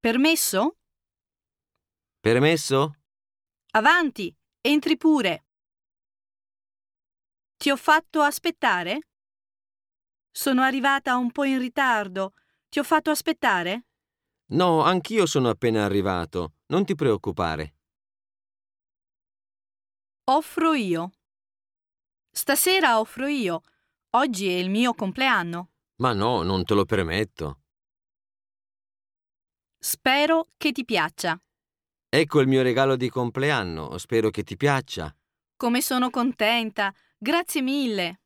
Permesso? Permesso? Avanti, entri pure. Ti ho fatto aspettare? Sono arrivata un po' in ritardo. Ti ho fatto aspettare? No, anch'io sono appena arrivato. Non ti preoccupare. Offro io. Stasera offro io. Oggi è il mio compleanno. Ma no, non te lo permetto. Spero che ti piaccia. Ecco il mio regalo di compleanno. Spero che ti piaccia. Come sono contenta. Grazie mille.